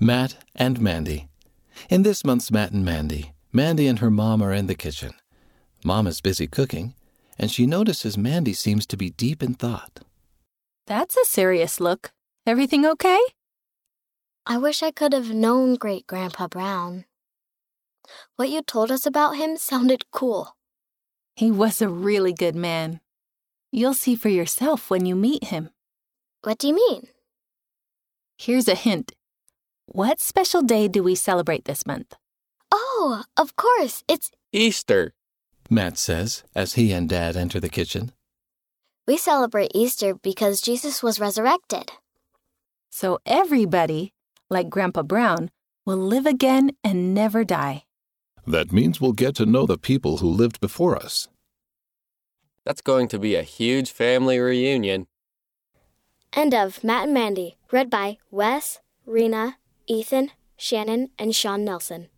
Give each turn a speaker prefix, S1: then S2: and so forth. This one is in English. S1: Matt and Mandy. In this month's Matt and Mandy, Mandy and her mom are in the kitchen. Mom is busy cooking, and she notices Mandy seems to be deep in thought.
S2: That's a serious look. Everything okay?
S3: I wish I could have known Great Grandpa Brown. What you told us about him sounded cool.
S2: He was a really good man. You'll see for yourself when you meet him.
S3: What do you mean?
S2: Here's a hint. What special day do we celebrate this month?
S3: Oh, of course, it's
S4: Easter.
S1: Matt says as he and Dad enter the kitchen.
S3: we celebrate Easter because Jesus was resurrected.
S2: So everybody, like Grandpa Brown, will live again and never die.
S1: That means we'll get to know the people who lived before us.
S4: That's going to be a huge family reunion.
S3: End of Matt and Mandy, read by Wes, Rena, Ethan, Shannon, and Sean Nelson.